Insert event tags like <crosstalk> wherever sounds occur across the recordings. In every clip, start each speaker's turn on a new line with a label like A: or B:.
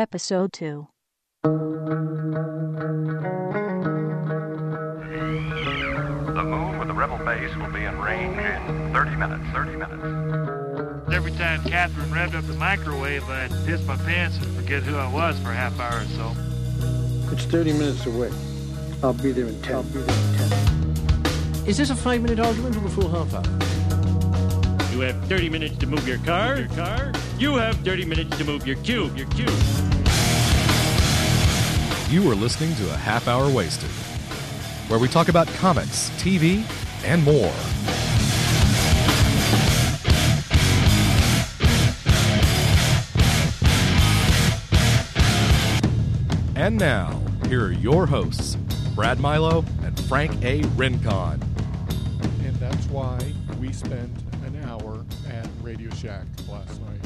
A: Episode 2.
B: The moon with the rebel base will be in range in 30 minutes. 30 minutes.
C: Every time Catherine revved up the microwave, I'd piss my pants and forget who I was for a half hour or so.
D: It's 30 minutes away. I'll be there in 10. I'll be there in 10.
E: Is this a five minute argument or a full half hour?
F: You have 30 minutes to move your car. Your car. You have 30 minutes to move your cube. Your cube.
G: You are listening to a half hour wasted, where we talk about comics, TV, and more. And now, here are your hosts, Brad Milo and Frank A. Rincon.
H: And that's why we spent an hour at Radio Shack last night.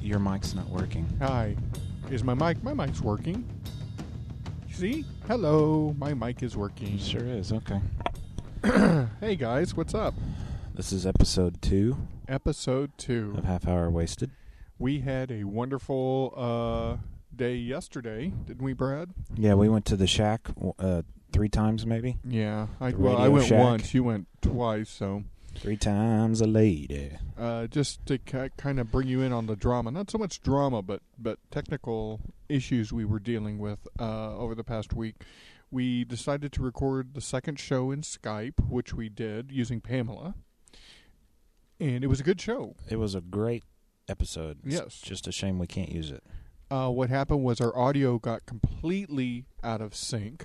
I: Your mic's not working.
H: Hi, is my mic? My mic's working. See? Hello, my mic is working.
I: Sure is. Okay.
H: Hey guys, what's up?
I: This is episode two
H: Episode
I: of
H: two.
I: Half Hour Wasted.
H: We had a wonderful uh, day yesterday, didn't we, Brad?
I: Yeah, we went to the shack uh, three times, maybe
H: Yeah. I,
I: The
H: well, I
I: Radio
H: went
I: Shack.
H: once. You went twice. So,
I: three times a lady.
H: uh, just to ki kind of bring you in on the drama—not so much drama, but but technical issues we were dealing with uh, over the past week. We decided to record the second show in Skype, which we did using Pamela, and it was a good show.
I: It was a great episode. It's
H: Yes.
I: Just a shame we can't use it.
H: uh, what happened was our audio got completely out of sync.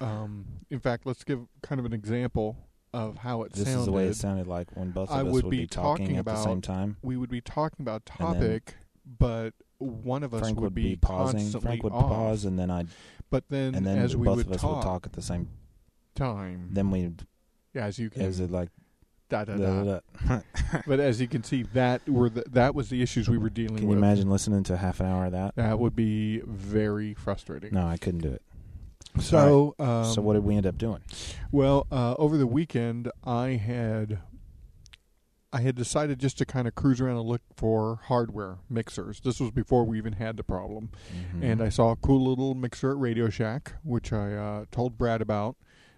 H: Um, in fact, let's give kind of an example of how it
I: This
H: sounded.
I: is the way it sounded like when both of
H: I
I: us
H: would
I: would
H: be
I: talking,
H: talking
I: at the same
H: about-
I: time.
H: We would be talking about a
I: And then-
H: topic, but one of us
I: Frank
H: would,
I: would be pausing.
H: constantly
I: Frank would
H: off.
I: pause, and then I,
H: But then,
I: and then
H: as we
I: both
H: would
I: of us
H: talk,
I: would talk at the same.
H: time,
I: Then we,
H: yeah, as you can,
I: as it like,
H: da, da, da.
I: da, da, da. <laughs>
H: but as you can see, that were the, that was the issues we were dealing
I: can you
H: with.
I: imagine listening to half an hour of that?
H: That would be very frustrating.
I: No, I couldn't do it.
H: So, um,
I: so what did we end up doing?
H: Well, uh, over the weekend, I had I had decided just to kind of cruise around and look for hardware mixers. This was before we even had the problem, and I saw a cool little mixer at Radio Shack, which I uh, told Brad about.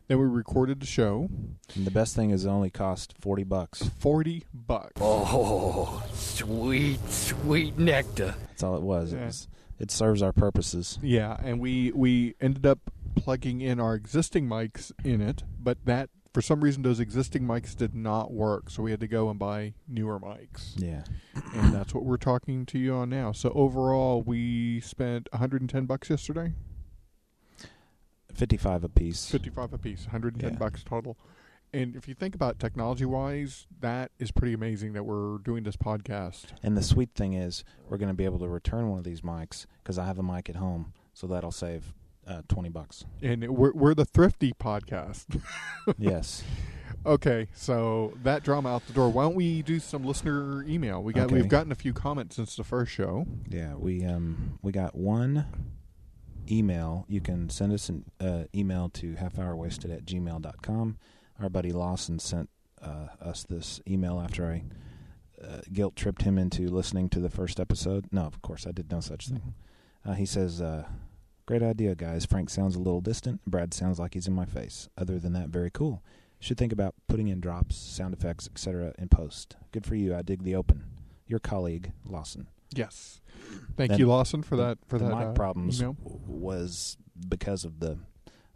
H: Then we recorded the show,
I: And the best thing is it only cost forty bucks.
H: forty bucks.
J: Oh, sweet, sweet nectar.
I: That's all it was.
H: Yeah.
I: It was. It serves our purposes.
H: Yeah, and we we ended up plugging in our existing mics in it, but that for some reason those existing mics did not work, so we had to go and buy newer mics.
I: Yeah.
H: and that's what we're talking to you on now. So overall, we spent 110 bucks yesterday,
I: Fifty-five apiece.
H: 55 a piece, 110
I: Yeah.
H: bucks total. And if you think about technology-wise, that is pretty amazing that we're doing this podcast.
I: And the sweet thing is, we're going to be able to return one of these mics because I have a mic at home, so that'll save uh, twenty
H: <laughs>
I: bucks.
H: And we're we're the thrifty podcast. <laughs>
I: yes.
H: okay, so that drama out the door. Why don't we do some listener email? We got
I: Okay.
H: we've gotten a few comments since the first show.
I: Yeah. We um we got one email. You can send us an uh, email to halfhourwasted at gmail Our buddy Lawson sent uh, us this email after I. Uh, guilt tripped him into listening to the first episode. No, of course I did no such thing. Uh, he says, uh, Great idea, guys. Frank sounds a little distant. Brad sounds like he's in my face. Other than that, very cool. Should think about putting in drops, sound effects, etc. in post. Good for you. I dig the open. Your colleague, Lawson.
H: Yes, thank
I: Then-
H: you, Lawson, for that for
I: the
H: that
I: mic
H: uh,
I: problems
H: email.
I: w- was because of the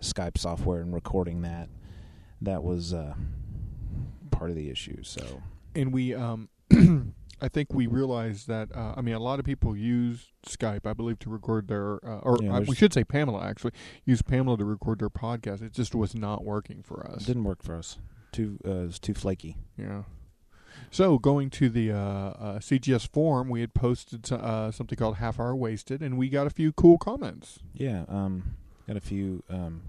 I: Skype software and recording that. That was uh, part of the issue. So,
H: and we um <clears throat> I think we realized that uh, I mean a lot of people use Skype I believe to record their uh, or
I: Yeah,
H: uh, we
I: there's-
H: should say Pamela actually used Pamela to record their podcast it just was not working for us
I: didn't work for us. Too, uh, it was too flaky.
H: yeah so going to the uh, uh, CGS forum we had posted so- uh, something called half hour wasted and we got a few cool comments
I: Yeah, um, got a few um,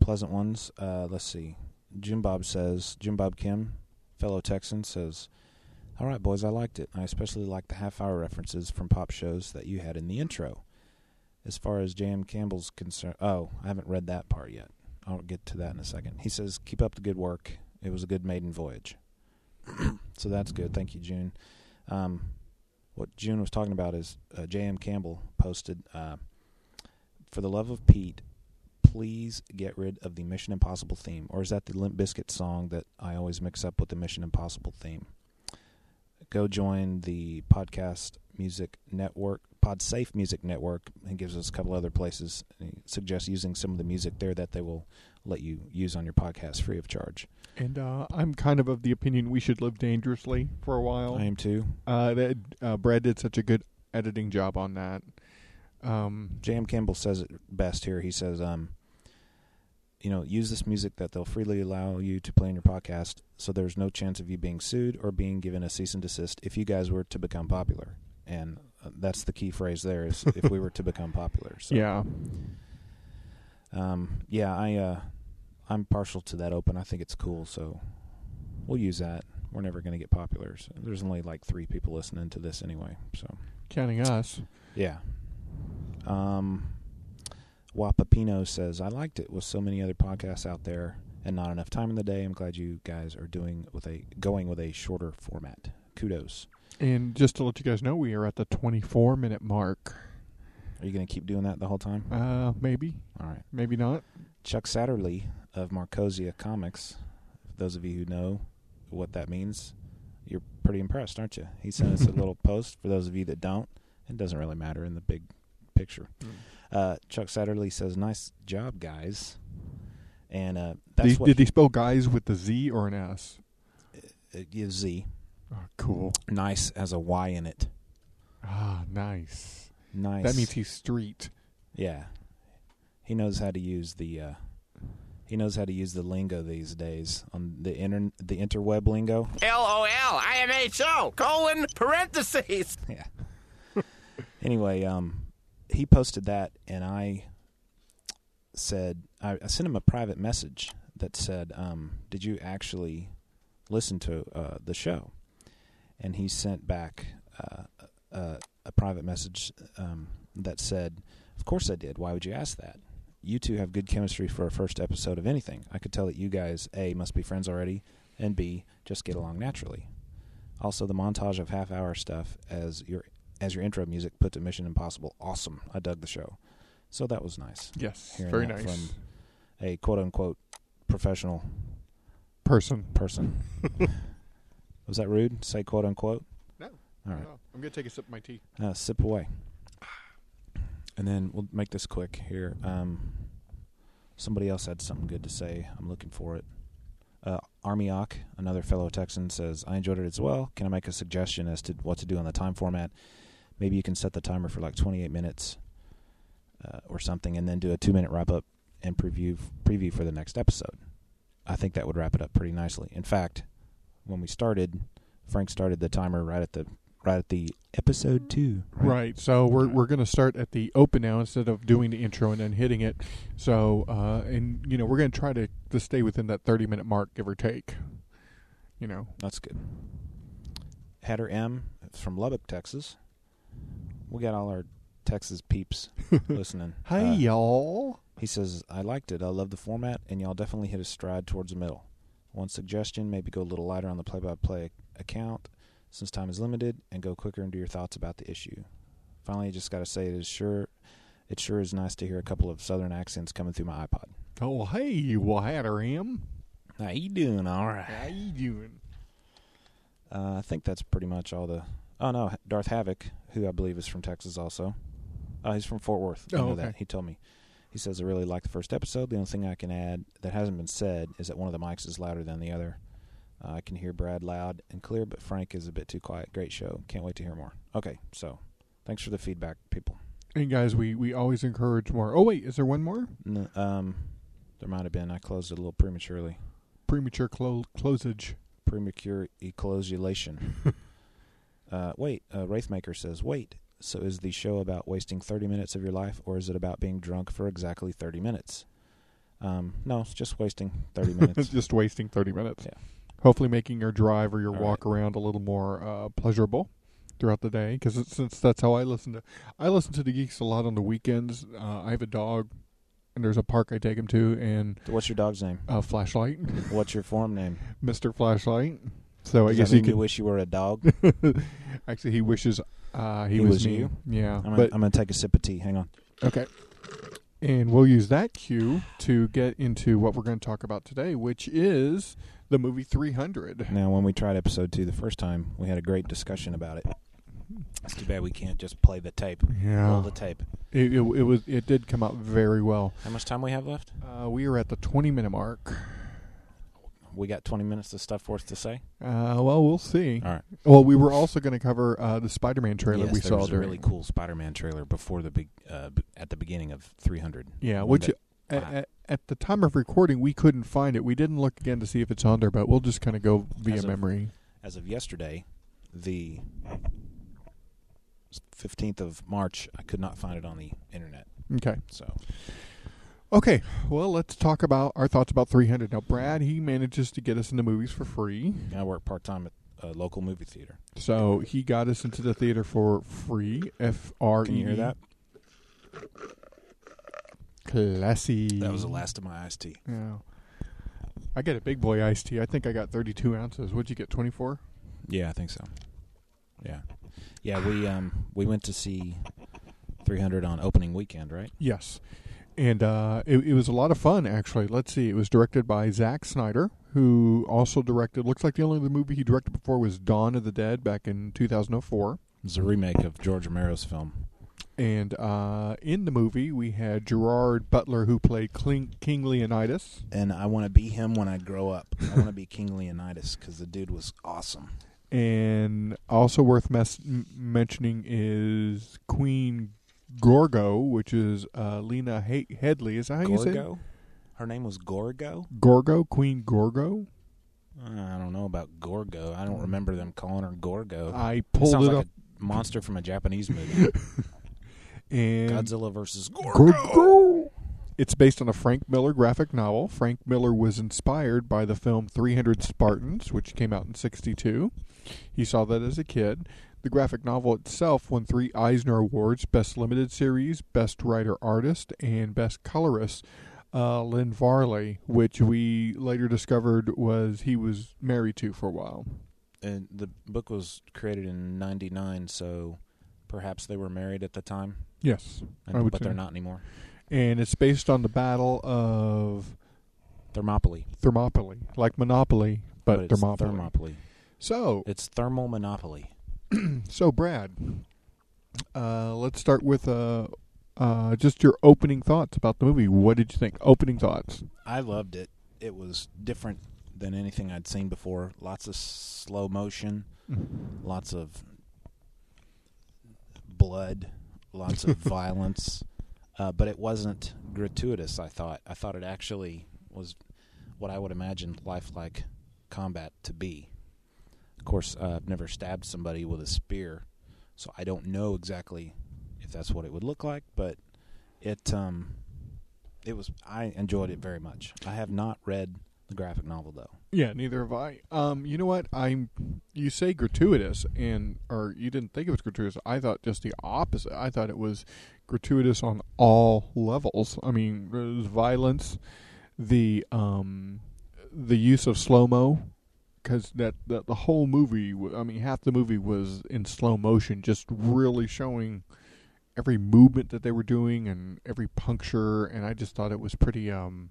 I: pleasant ones. Uh, let's see. Jim Bob says, Jim Bob Kim, fellow Texan, says, All right, boys, I liked it. I especially liked the half hour references from pop shows that you had in the intro. As far as J.M. Campbell's concerned, oh, I haven't read that part yet. I'll get to that in a second. He says, Keep up the good work. <coughs> It was a good maiden voyage. so that's good. Thank you, June. Um, what June was talking about is uh, J.M. Campbell posted, uh, for the love of Pete, please get rid of the Mission Impossible theme. Or is that the Limp Bizkit song that I always mix up with the Mission Impossible theme? Go join the podcast music network, PodSafe Music Network, and gives us a couple other places. And he suggests using some of the music there that they will let you use on your podcast free of charge.
H: And uh, I'm kind of of the opinion we should live dangerously for a while.
I: I am too.
H: Uh, that uh, Brad did such a good editing job on that. Um,
I: J.M. Campbell says it best here. He says, um, you know, use this music that they'll freely allow you to play on your podcast, so there's no chance of you being sued or being given a cease and desist if you guys were to become popular. And uh, that's the key phrase there is if we were to become popular.
H: <laughs>
I: So,
H: yeah,
I: um, yeah, I, uh, I'm partial to that open. I think it's cool, so we'll use that. We're never going to get popular. So there's only like three people listening to this anyway, so.
H: counting us.
I: Yeah. Um, Wapapino says, I liked it with so many other podcasts out there and not enough time in the day. I'm glad you guys are doing with a going with a shorter format. Kudos.
H: And just to let you guys know, we are at the 24 minute mark.
I: Are you going to keep doing that the whole time?
H: Uh, maybe,
I: All right.
H: maybe not.
I: Chuck Satterley of Marcosia Comics. For those of you who know what that means, you're pretty impressed, aren't you? He sent us
H: <laughs>
I: a little post. For those of you that don't, it doesn't really matter in the big picture.
H: Mm.
I: Uh, Chuck Satterley says, "Nice job, guys." And uh, that's
H: Did,
I: what
H: did he spell guys with the Z or an S?
I: it uh, gives Z.
H: Oh, cool.
I: Nice has a Y in it.
H: Ah, nice.
I: Nice.
H: That means he's street.
I: yeah. He knows how to use the uh, he knows how to use the lingo these days on the inter- the interweb lingo.
J: LOL, IMHO, colon, parentheses.
I: <laughs> yeah. anyway, um, he posted that, and I said I, I sent him a private message that said, um, "Did you actually listen to uh, the show?" And he sent back uh, a, a private message um, that said, "Of course I did. Why would you ask that?" You two have good chemistry for a first episode of anything. I could tell that you guys, A, must be friends already, and B, just get along naturally. Also, the montage of half-hour stuff as your as your intro music put to Mission Impossible, awesome. I dug the show, so that was nice.
H: Yes,
I: Hearing
H: very nice
I: that from a quote-unquote professional
H: person.
I: person. was that rude? to Say quote-unquote.
H: No.
I: All right.
H: Oh, I'm gonna take a sip of my tea.
I: Uh, sip away. And then we'll make this quick here. Um, somebody else had something good to say. I'm looking for it. Uh, Armioc, another fellow Texan, says, I enjoyed it as well. Can I make a suggestion as to what to do on the time format? Maybe you can set the timer for like 28 minutes uh, or something and then do a two minute wrap up and preview, preview for the next episode. I think that would wrap it up pretty nicely. In fact, when we started, Frank started the timer right at the right at the episode two.
H: Right. So we're we're gonna start at the open now instead of doing the intro and then hitting it. So uh, and you know we're gonna try to to stay within that 30 minute mark, give or take. You know.
I: That's good. Hatter M is from Lubbock, Texas. We got all our Texas <laughs> peeps listening.
H: Hey
I: Uh,
H: y'all.
I: He says, I liked it. I love the format, and y'all definitely hit a stride towards the middle. One suggestion maybe go a little lighter on the play by play account since time is limited and go quicker into your thoughts about the issue. Finally, I just got to say it is sure. It sure is nice to hear a couple of southern accents coming through my iPod.
H: Oh hey, well Hatter M.
I: How you doing? All
H: How
I: right.
H: you doing?
I: Uh, I think that's pretty much all the. Oh no, Darth Havoc, who I believe is from Texas, also. Uh, he's from Fort Worth. I
H: Oh,
I: know
H: okay.
I: that. He told me. He says I really like the first episode. The only thing I can add that hasn't been said is that one of the mics is louder than the other. Uh, I can hear Brad loud and clear, but Frank is a bit too quiet. Great show. Can't wait to hear more. Okay, so thanks for the feedback, people.
H: And guys, we we always encourage more. Oh wait, is there one more?
I: N- um, there might have been. I closed it a little prematurely.
H: Premature clo- closage.
I: premature eclosulation. <laughs> uh, wait, uh, Wraithmaker says, wait. So is the show about wasting 30 minutes of your life, or is it about being drunk for exactly 30 minutes? Um, no, it's just wasting
H: <laughs>
I: 30 minutes.
H: Just wasting 30 minutes.
I: Yeah.
H: Hopefully, making your drive or your
I: All
H: walk around a little more uh, pleasurable throughout the day. Because since that's how I listen to, I listen to the geeks a lot on the weekends. Uh, I have a dog, and there's a park I take him to, and
I: What's your dog's name?
H: a flashlight, <laughs>
I: What's your form name?
H: Mister Flashlight. So I
I: Does
H: guess
I: that
H: he
I: mean you
H: could.
I: wish you were a dog?
H: <laughs> Actually, he wishes uh, he,
I: He
H: was,
I: was
H: me.
I: you?
H: Yeah,
I: I'm gonna,
H: but
I: I'm gonna take a sip of tea. Hang on.
H: okay. And we'll use that cue to get into what we're going to talk about today, which is the movie 300.
I: Now, when we tried episode two the first time, we had a great discussion about it. It's too bad we can't just play the tape.
H: Yeah.
I: Roll the tape.
H: It, it, it was it did come out very well.
I: How much time we have left?
H: Uh, we are at the 20 minute mark.
I: We got 20 minutes of stuff for us to say.
H: Uh, well, we'll see.
I: All right.
H: Well, we were also going to cover uh, the Spider-Man trailer
I: yes,
H: we
I: there
H: saw
I: was a
H: during.
I: really cool Spider-Man trailer before the big uh, b- at the beginning of 300.
H: yeah,
I: One
H: which
I: that-
H: a- a- at the time of recording we couldn't find it. We didn't look again to see if it's on there, but we'll just kind of go via
I: As of-
H: memory.
I: as of yesterday, the 15th of March, I could not find it on the internet.
H: Okay.
I: So
H: Okay. Well, let's talk about our thoughts about 300. Now, Brad he manages to get us into movies for free,
I: I work part time at a local movie theater.
H: so he got us into the theater for free. F R E.
I: Can you hear that?
H: Classy.
I: That was the last of my iced tea.
H: Yeah. I got a big boy iced tea. I think I got 32 ounces. What'd you get? 24?
I: Yeah, I think so. Yeah, yeah. We um we went to see 300 on opening weekend, right?
H: Yes. And uh, it, it was a lot of fun, actually. Let's see. It was directed by Zack Snyder, who also directed, looks like the only other movie he directed before was Dawn of the Dead back in 2004.
I: It was a remake of George Romero's film.
H: And uh, in the movie, we had Gerard Butler, who played King, King Leonidas.
I: And I want to be him when I grow up. I want to be King Leonidas because the dude was awesome.
H: And also worth mes- m- mentioning is Queen Gorgo, which is uh, Lena He- Headley. Is that how you say it?
I: Gorgo. Her name was Gorgo.
H: Gorgo, Queen Gorgo.
I: Uh, I don't know about Gorgo. I don't remember them calling her Gorgo.
H: Mm. I
I: That
H: pulled it
I: sounds like
H: up
I: a monster from a Japanese movie.
H: and
I: Godzilla versus Gorgo.
H: Gorgo. It's based on a Frank Miller graphic novel. Frank Miller was inspired by the film 300 Spartans, which came out in 62. He saw that as a kid. The graphic novel itself won three Eisner Awards Best Limited Series, Best Writer Artist, and Best Colorist. Uh, Lynn Varley, which we later discovered was he was married to for a while.
I: And the book was created in '99, so perhaps they were married at the time,
H: Yes. I would
I: and, but
H: say.
I: they're not anymore.
H: And it's based on the Battle of
I: Thermopylae,
H: Thermopylae, like Monopoly, but,
I: it's
H: Thermopylae.
I: Thermopylae.
H: So,
I: It's thermal monopoly.
H: so Brad, uh, let's start with uh, uh, just your opening thoughts about the movie. What did you think? Opening thoughts.
I: I loved it. It was different than anything I'd seen before. Lots of slow motion, lots of blood, lots of violence, uh, but it wasn't gratuitous. I thought. I thought it actually was what I would imagine lifelike combat to be. Of course, uh, I've never stabbed somebody with a spear, so I don't know exactly if that's what it would look like. But it um, it was I enjoyed it very much. I have not read the graphic novel though.
H: Yeah, neither have I. Um, you know what? I'm. You say gratuitous, and or you didn't think it was gratuitous. I thought just the opposite. I thought it was gratuitous on all levels. I mean, there's violence, the um, the use of slow mo, because that, that the whole movie. w- I mean, half the movie was in slow motion, just really showing every movement that they were doing and every puncture. And I just thought it was pretty um,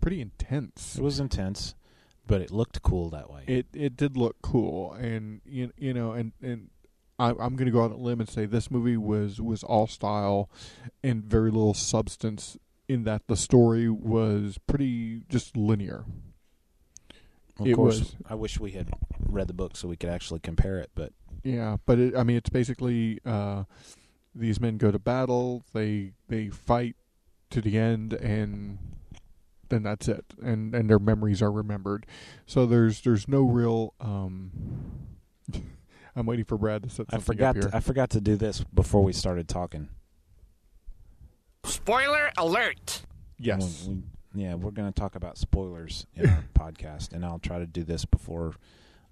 H: pretty intense.
I: It was intense, but it looked cool that way.
H: It it did look cool, and you, you know, and and I, I'm going to go out on a limb and say this movie was was all style, and very little substance. In that the story was pretty just linear.
I: of
H: it
I: course,
H: was.
I: I wish we had read the book so we could actually compare it, but
H: Yeah, but it, I mean, it's basically uh, these men go to battle. They they fight to the end, and then that's it. And and their memories are remembered. So there's there's no real. Um, <laughs> I'm waiting for Brad to set something
I: I forgot
H: up here.
I: to, I forgot to do this before we started talking.
J: Spoiler alert!
H: yes.
I: We- we- yeah, we're going to talk about spoilers
H: <laughs>
I: in our podcast and I'll try to do this before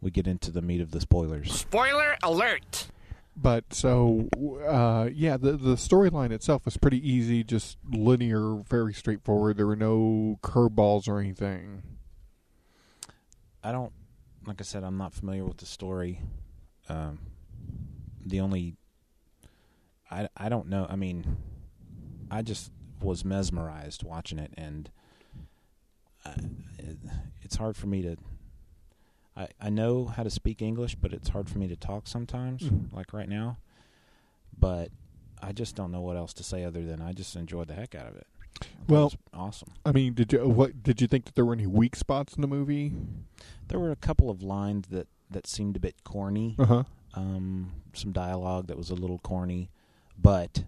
I: we get into the meat of the spoilers.
J: Spoiler alert!
H: But so uh, yeah, the the storyline itself was pretty easy, just linear, very straightforward. There were no curveballs or anything.
I: I don't like I said, I'm not familiar with the story. Um, the only I I don't know. I mean, I just was mesmerized watching it, and I, it, it's hard for me to. I I know how to speak English, but it's hard for me to talk sometimes,
H: Mhm.
I: like right now. But I just don't know what else to say other than I just enjoyed the heck out of it. I thought it
H: Well-
I: was awesome.
H: I mean, did you what did you think that there were any weak spots in the movie?
I: There were a couple of lines that that seemed a bit corny.
H: Uh huh.
I: um, some dialogue that was a little corny, but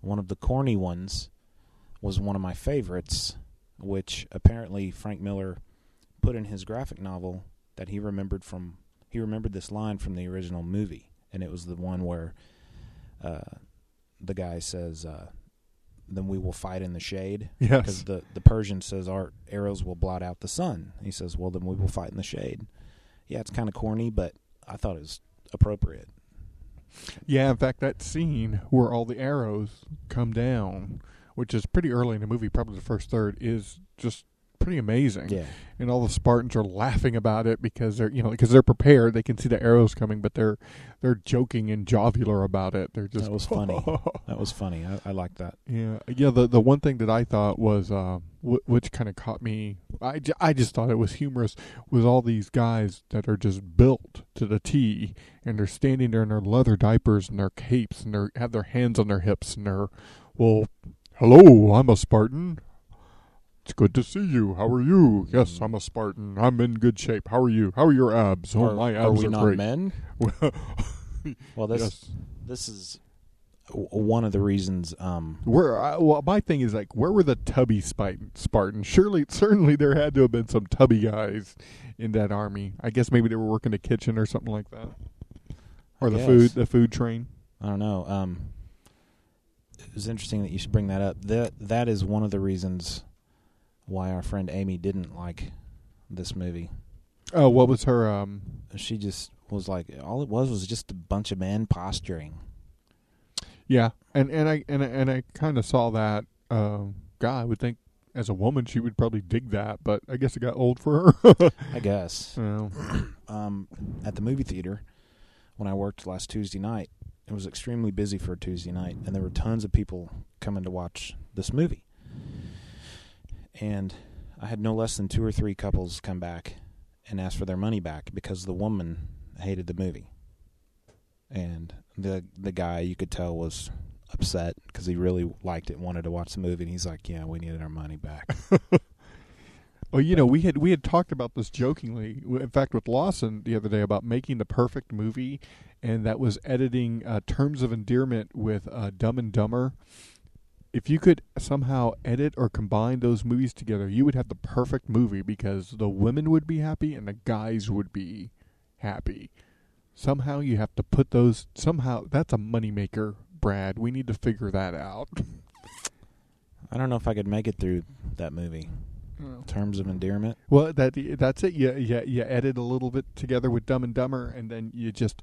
I: one of the corny ones was one of my favorites, which apparently Frank Miller put in his graphic novel that he remembered from he remembered this line from the original movie, and it was the one where uh, the guy says, uh, "Then we will fight in the shade." because
H: Yes.
I: the, the Persian says our arrows will blot out the sun. He says, well, then we will fight in the shade. Yeah, it's kind of corny, but I thought it was appropriate.
H: Yeah. In fact, that scene where all the arrows come down, which is pretty early in the movie, probably the first third, is just pretty amazing.
I: Yeah,
H: and all the Spartans are laughing about it because they're you know because they're prepared. They can see the arrows coming, but they're they're joking and jovular about it. They're just
I: That
H: <laughs>
I: was funny. that was funny. I, I like that.
H: yeah, yeah. The the one thing that I thought was uh, w- which kind of caught me. I, ju- I just thought it was humorous was all these guys that are just built to the T, and they're standing there in their leather diapers and their capes, and they are have their hands on their hips, and they're well, hello, I'm a Spartan. It's good to see you. How are you? Yes,
I: Mm.
H: I'm a Spartan. I'm in good shape. How are you? How are your abs? Oh,
I: are,
H: my abs
I: are we not
H: great.
I: men?
H: <laughs>
I: Well, this
H: yes.
I: this is w- one of the reasons. Um,
H: Where I, well, my thing is like, where were the tubby Spi- Spartans? Surely, certainly there had to have been some tubby guys in that army. I guess maybe they were working the kitchen or something like that, or the
I: guess.
H: food, the food train.
I: I don't know. Um, it was interesting that you should bring that up. That that is one of the reasons why our friend Amy didn't like this movie.
H: Oh, what was her? Um,
I: she just was like all it was was just a bunch of men posturing
H: yeah, and and I and I- and I kind of saw that. Um, God, I would think as a woman she would probably dig that, but I guess it got old for her. <laughs>
I: i guess
H: Oh.
I: um, at the movie theater when i worked last tuesday night it was extremely busy for a tuesday night and there were tons of people coming to watch this movie and i had no less than two or three couples come back and ask for their money back because the woman hated the movie and the the guy you could tell was upset because he really liked it wanted to watch the movie and he's like yeah we needed our money back <laughs>
H: Well, you know, we had we had talked about this jokingly. w- In fact, with Lawson the other day about making the perfect movie, and that was editing uh, Terms of Endearment with uh, Dumb and Dumber. If you could somehow edit or combine those movies together, you would have the perfect movie because the women would be happy and the guys would be happy. Somehow you have to put those somehow. That's a moneymaker, Brad. We need to figure that out.
I: I don't know if I could make it through that movie. Terms of endearment.
H: Well, that that's it. You, you you edit a little bit together with Dumb and Dumber, and then you just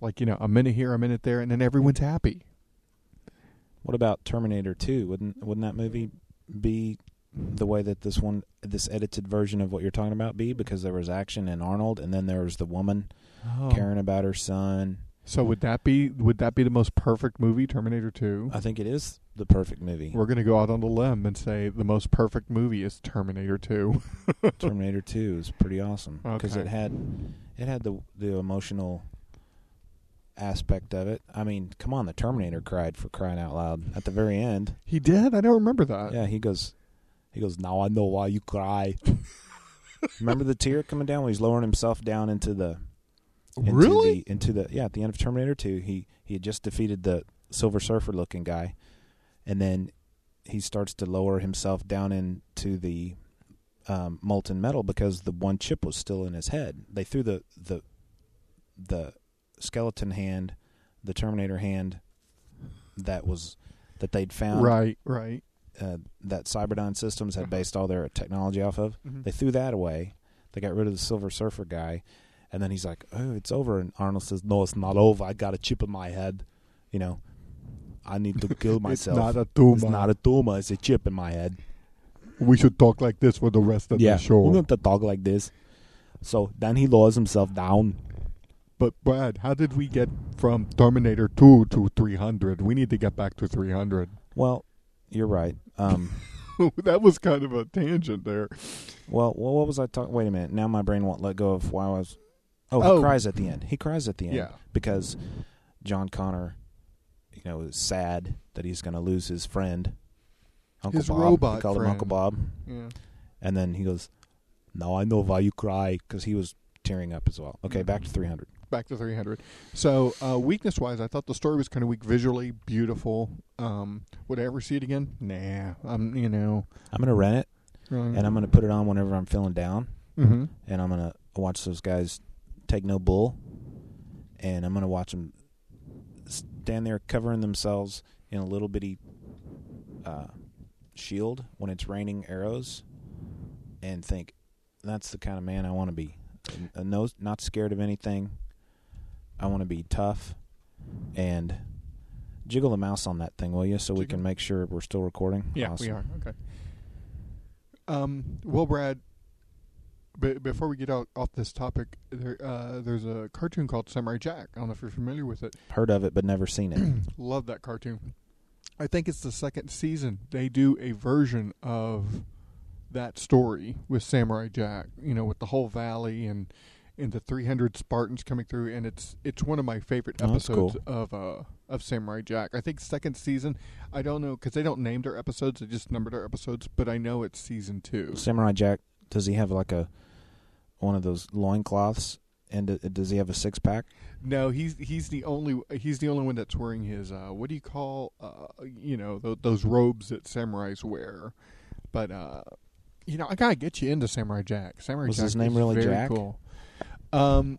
H: like you know a minute here, a minute there, and then everyone's happy.
I: What about Terminator Two? Wouldn't wouldn't that movie be the way that this one, this edited version of what you're talking about, be? Because there was action in Arnold, and then there was the woman
H: Oh.
I: caring about her son.
H: So would that be would that be the most perfect movie, Terminator Two?
I: I think it is the perfect movie.
H: We're gonna go out on a limb and say the most perfect movie is Terminator
I: <laughs>
H: Two.
I: Terminator Two is pretty awesome because
H: Okay.
I: it had it had the the emotional aspect of it. I mean, come on, the Terminator cried for crying out loud at the very end.
H: He did. I don't remember that.
I: Yeah, he goes, he goes. Now I know why
H: <laughs>
I: you cry. Remember the tear coming down when he's lowering himself down into the into
H: Really?
I: the, into the yeah at the end of Terminator Two. He he had just defeated the Silver Surfer looking guy, and then he starts to lower himself down into the um, molten metal because the one chip was still in his head. They threw the the the skeleton hand, the Terminator hand that was that they'd found
H: Right. Right.
I: uh, that Cyberdyne Systems
H: Mm-hmm.
I: had based all their technology off of.
H: Mhm.
I: They threw that away. They got rid of the Silver Surfer guy, and then he's like, "Oh, it's over." And Arnold says, "No, it's not over. I got a chip in my head. You know, I need to
H: <laughs>
I: kill myself.
H: not a tumor.
I: It's not a tumor. It's a chip in my head.
H: We should talk like this for the rest of
I: yeah,
H: the show.
I: we're going to talk like this." So then he lowers himself down.
H: But Brad, how did we get from Terminator 2 to 300? We need to get back to 300.
I: Well, you're right. Um,
H: <laughs> that was kind of a tangent there.
I: well, well, what was I talking? Wait a minute. Now my brain won't let go of why I was. Oh, he
H: Oh.
I: cries at the end. He cries at the end
H: Yeah.
I: because John Connor, you know, is sad that he's going to lose his friend, Uncle
H: His
I: Bob.
H: robot
I: he called him
H: friend.
I: Uncle Bob,
H: Yeah.
I: and then he goes, "Now I know why you cry," because he was tearing up as well.
H: Mm-hmm.
I: Okay, back to three hundred.
H: Back to 300. So, uh, weakness wise, I thought the story was kind of weak visually, beautiful. Um, would I ever see it again? Nah. I'm, you know.
I: I'm going to rent it, and I'm going to put it on whenever I'm feeling down.
H: hmm
I: and I'm gonna watch those guys take no bull, and I'm gonna watch them stand there covering themselves in a little bitty uh, shield when it's raining arrows, and think that's the kind of man I want to be. A- a no, not scared of anything. I want to be tough, and jiggle the mouse on that thing, will you? So we
H: Jiggle.
I: can make sure we're still recording.
H: Yeah,
I: Awesome.
H: we are. Okay. Um, well, Brad, b- before we get out off this topic, there, uh, there's a cartoon called Samurai Jack. I don't know if you're familiar with it.
I: Heard of it, but never seen it.
H: Love that cartoon. I think it's the second season. They do a version of that story with Samurai Jack. You know, with the whole valley and and the 300 Spartans coming through, and it's it's one of my favorite
I: Oh, that's
H: episodes of uh of Samurai Jack. I think second season. I don't know because they don't name their episodes; they just number their episodes. But I know it's season two.
I: Samurai Jack, does he have like a one of those loincloths? And d- does he have a six pack?
H: No, he's he's the only he's the only one that's wearing his uh, what do you call uh, you know th- those robes that samurais wear, but uh, you know I gotta get you into Samurai Jack. Samurai
I: Was
H: Jack
I: his name
H: is
I: really
H: very
I: Jack?
H: Cool. Um,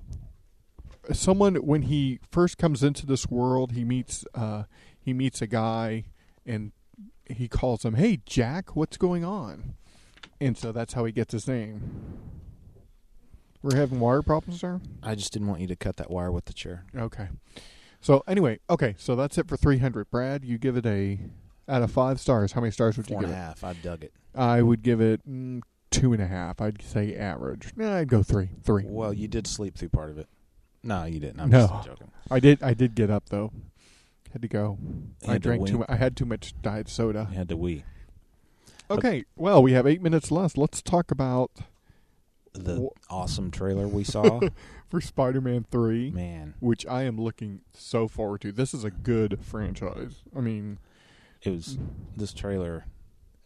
H: someone when he first comes into this world, he meets uh, he meets a guy and he calls him, "Hey Jack, what's going on?" And so that's how he gets his name. We're having water problems, sir.
I: I just didn't want you to cut that wire with the chair.
H: Okay. So anyway, okay, so that's it for 300. Brad, you give it a out of five stars. How many stars would you
I: Four
H: give
I: and a
H: it?
I: half. I dug it.
H: I would give it mm, two and a half. I'd say average. Nah, I'd go three. Three.
I: Well, you did sleep through part of it. No, you didn't. I'm
H: No.
I: just joking.
H: I did. I did get up though. Had to go.
I: You
H: I
I: had to
H: drank too. much.
I: wink.
H: I had too much diet soda.
I: You had to wee.
H: Okay. Well, we have eight minutes left. Let's talk about
I: The
H: Wha-
I: awesome trailer
H: <laughs>
I: we saw.
H: for Spider-Man Three,
I: Man,
H: which I am looking so forward to. This is a good franchise. I mean,
I: it was this trailer.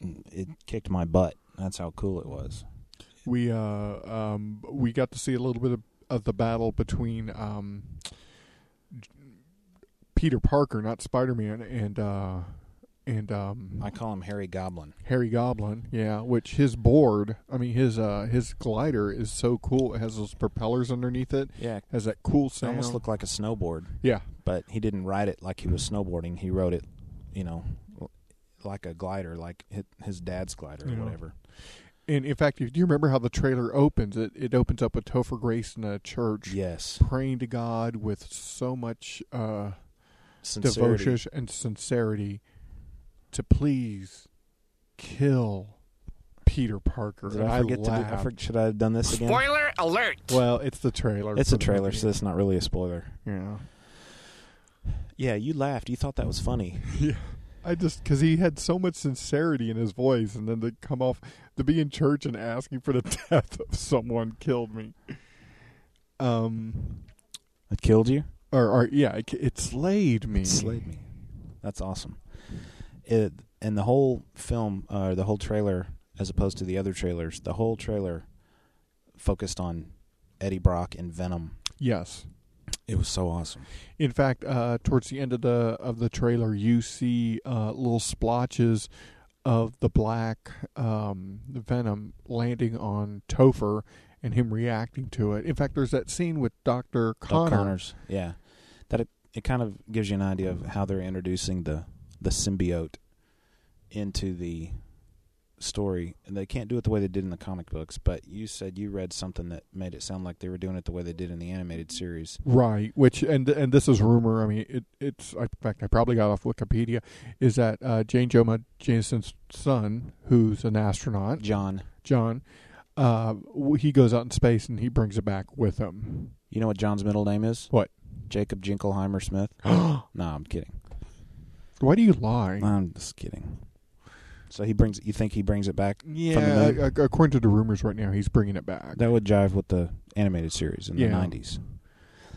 I: mm, It kicked my butt. That's how cool it was.
H: we uh um we got to see a little bit of, of the battle between um Peter Parker, not Spider Man, and uh and um
I: I call him Harry Goblin.
H: Harry Goblin, yeah, which his board I mean his uh his glider is so cool. It has those propellers underneath it.
I: Yeah, it
H: Has that cool sound.
I: almost looked like a snowboard.
H: yeah.
I: but he didn't ride it like he was snowboarding. He rode it, you know, like a glider, like hi- his dad's glider or
H: Yeah.
I: whatever.
H: And in fact, do you remember how the trailer opens? It it opens up with Topher Grace in a church
I: Yes,
H: praying to God with so much uh
I: sincerity.
H: devotion and sincerity to please kill Peter Parker.
I: Did
H: And
I: I forget to do? I
H: laughed.
I: for- should I have done this again?
J: Spoiler alert.
H: well, it's the trailer.
I: It's
H: for
I: a
H: the
I: trailer,
H: movie.
I: so it's not really a spoiler.
H: yeah,
I: <laughs> Yeah, you laughed. You thought that was funny.
H: yeah. I just because he had so much sincerity in his voice, and then to come off to be in church and asking for the <laughs> death of someone killed me. Um,
I: It killed you.
H: or, or yeah, it, it slayed me.
I: Slayed me. That's awesome. It and the whole film, uh, the whole trailer, as opposed to the other trailers, the whole trailer focused on Eddie Brock and Venom.
H: Yes.
I: It was so awesome.
H: In fact, uh, towards the end of the of the trailer, you see uh, little splotches of the black um, venom landing on Topher and him reacting to it. In fact, there's that scene with Doctor Connor.
I: O'Connor's. Yeah, that it, it kind of gives you an idea of how they're introducing the the symbiote into the story, and they can't do it the way they did in the comic books. But you said you read something that made it sound like they were doing it the way they did in the animated series.
H: Right, which and and this is rumor. I mean, it, it's in fact I probably got off Wikipedia. Is that uh, Jane Joma Jameson's son, who's an astronaut,
I: John,
H: John, uh, w- he goes out in space and he brings it back with him. <gasps>
I: You know what John's middle name is?
H: What?
I: Jacob Jinkleheimer Smith. no, I'm kidding.
H: Why do you lie?
I: I'm just kidding. So he brings. You think he brings it back?
H: yeah,
I: moon?
H: ac- ac- according to the rumors right now, he's bringing it back.
I: That would jive with the animated series in
H: Yeah.
I: the '90s.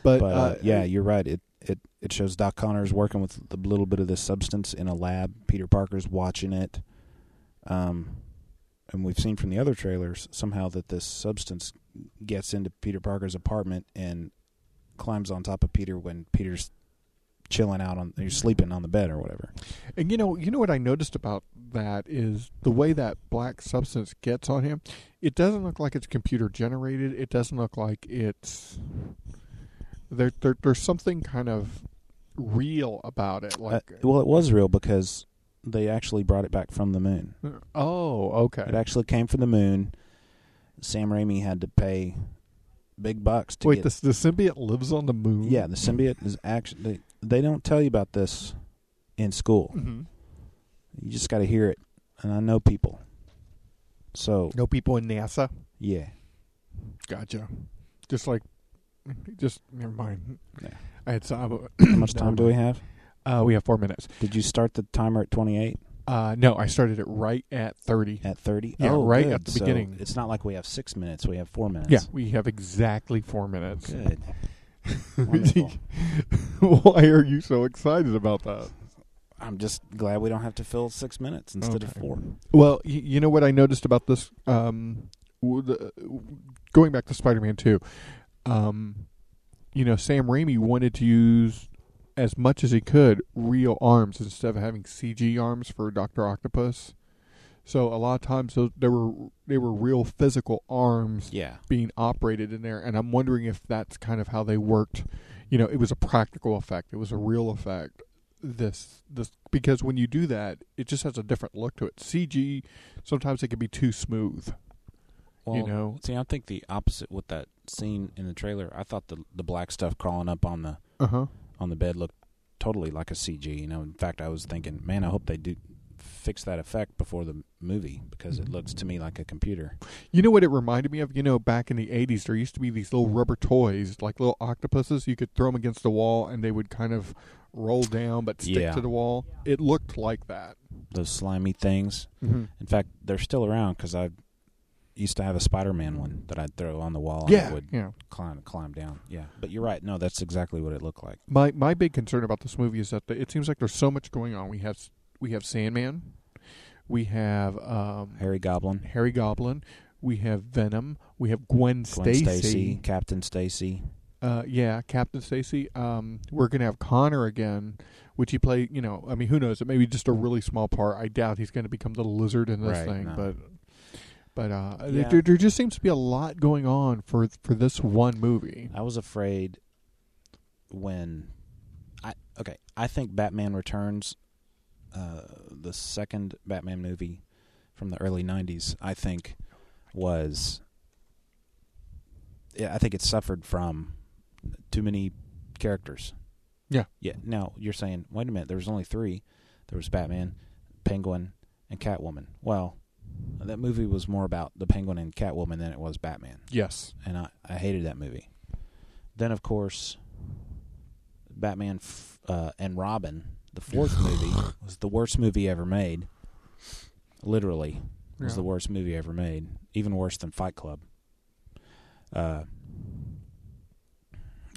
H: but
I: But uh,
H: uh,
I: yeah, you're right. It it it shows Doc Connors working with a little bit of this substance in a lab. Peter Parker's watching it. Um, and we've seen from the other trailers somehow that this substance gets into Peter Parker's apartment and climbs on top of Peter when Peter's chilling out on he's sleeping on the bed or whatever.
H: And you know, you know what I noticed about that is the way that black substance gets on him. It doesn't look like it's computer generated. It doesn't look like it's there. there there's something kind of real about it. Like,
I: Uh, well, it was real because they actually brought it back from the moon.
H: oh, okay,
I: It actually came from the moon. Sam Raimi had to pay big bucks to
H: Wait,
I: get
H: the, the symbiote lives on the moon.
I: Yeah, the symbiote is actually they, they don't tell you about this in school.
H: Mhm.
I: You just got to hear it, and I know people. So
H: No people in NASA. <coughs>
I: yeah,
H: Gotcha. Just like, just never mind.
I: Yeah.
H: I had some. <coughs>
I: how much time do we have?
H: Uh, we have four minutes.
I: Did you start the timer at twenty eight?
H: Uh, no, I started it right at thirty.
I: At thirty?
H: Yeah,
I: oh,
H: right
I: good.
H: at the
I: So
H: beginning.
I: It's not like we have six minutes; we have four minutes.
H: Yeah, we have exactly four minutes.
I: good. Wonderful.
H: <laughs> Why are you so excited about that?
I: I'm just glad we don't have to fill six minutes instead
H: Okay.
I: of four.
H: Well, y- you know what I noticed about this. Um, w- the, going back to Spider-Man Two, um, you know, Sam Raimi wanted to use as much as he could real arms instead of having CG arms for Doctor Octopus. So a lot of times those, there were they were real physical arms
I: Yeah,
H: being operated in there and i'm wondering if that's kind of how they worked you know it was a practical effect it was a real effect this this because when you do that it just has a different look to it cg sometimes it can be too smooth you know
I: See, I think the opposite with that scene in the trailer. I thought the the black stuff crawling up on the
H: uh-huh
I: on the bed looked totally like a CG. You know, in fact, I was thinking, man, I hope they do fix that effect before the movie because it looks to me like a computer.
H: you know what it reminded me of you know back in the 80s there used to be these little rubber toys like little octopuses you could throw them against the wall and they would kind of roll down but stick
I: Yeah.
H: to the wall it looked like that
I: Those slimy things.
H: mm-hmm.
I: In fact, they're still around because I used to have a Spider-Man one that I'd throw on the wall and
H: yeah
I: it would
H: yeah
I: climb climb down. Yeah, but you're right. No, that's exactly what it looked like.
H: My my big concern about this movie is that the, it seems like there's so much going on. We have we have Sandman, we have um,
I: Harry Goblin,
H: Harry Goblin, we have Venom, we have Gwen,
I: Gwen
H: Stacy.
I: Stacy, Captain Stacy.
H: Uh, yeah, Captain Stacy. Um, we're gonna have Connor again, which he played. You know, I mean, who knows? It may be just a really small part. I doubt he's gonna become the lizard in this
I: Right,
H: thing,
I: no.
H: but. But uh,
I: Yeah.
H: there, there just seems to be a lot going on for for this one movie.
I: I was afraid when I okay, I think Batman Returns uh the second Batman movie from the early 90s, I think was yeah, I think it suffered from too many characters.
H: Yeah.
I: Yeah. Now you're saying, wait a minute, there was only 3. There was Batman, Penguin, and Catwoman. Well, that movie was more about the Penguin and Catwoman than it was Batman
H: Yes,
I: and I, I hated that movie. Then of course, Batman f- uh, and Robin,
H: <laughs>
I: the fourth movie, was the worst movie ever made. Literally, was
H: Yeah.
I: the worst movie ever made, even worse than Fight Club. Uh,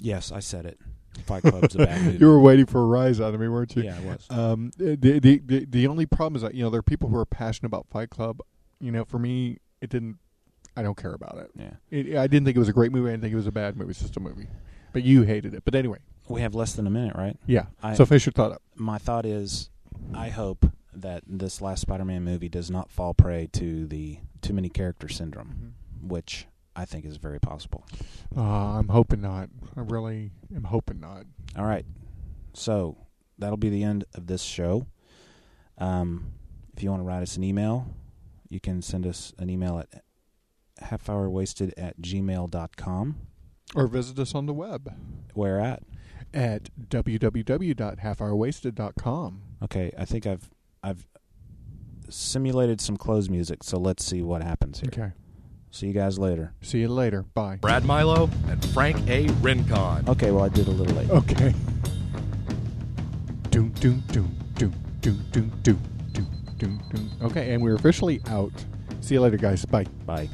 I: yes, I said it. Fight Club's
H: <laughs>
I: a bad movie.
H: you were waiting for a rise out of me, weren't you?
I: yeah, it was.
H: Um, the, the the the only problem is that you know there are people who are passionate about Fight Club. You know, for me, it didn't. I don't care about it.
I: Yeah,
H: it I didn't think it was a great movie. I didn't think it was a bad movie. It's just a movie. But you hated it. But anyway,
I: we have less than a minute, right?
H: yeah.
I: I-
H: so finish your thought up.
I: my thought is I hope that this last Spider-Man movie does not fall prey to the too many character syndrome, which I think is very possible.
H: Uh, I'm hoping not. I really am hoping not.
I: All right. So, that'll be the end of this show. Um, if you want to write us an email, you can send us an email at halfhourwasted at gmail.com.
H: Or visit us on the web
I: Where at?
H: at www.halfhourwasted.com.
I: Okay, I think I've I've simulated some close music, so let's see what happens here.
H: Okay.
I: See you guys later.
H: See you later. Bye.
G: Brad Milo and Frank A. Rincon.
I: Okay, well, I did a little late.
H: Okay. Doom, doom, doom, doom, doom, doom, doom, doom, doom, doom. Okay, and we're officially out. See you later, guys. Bye.
I: Bye.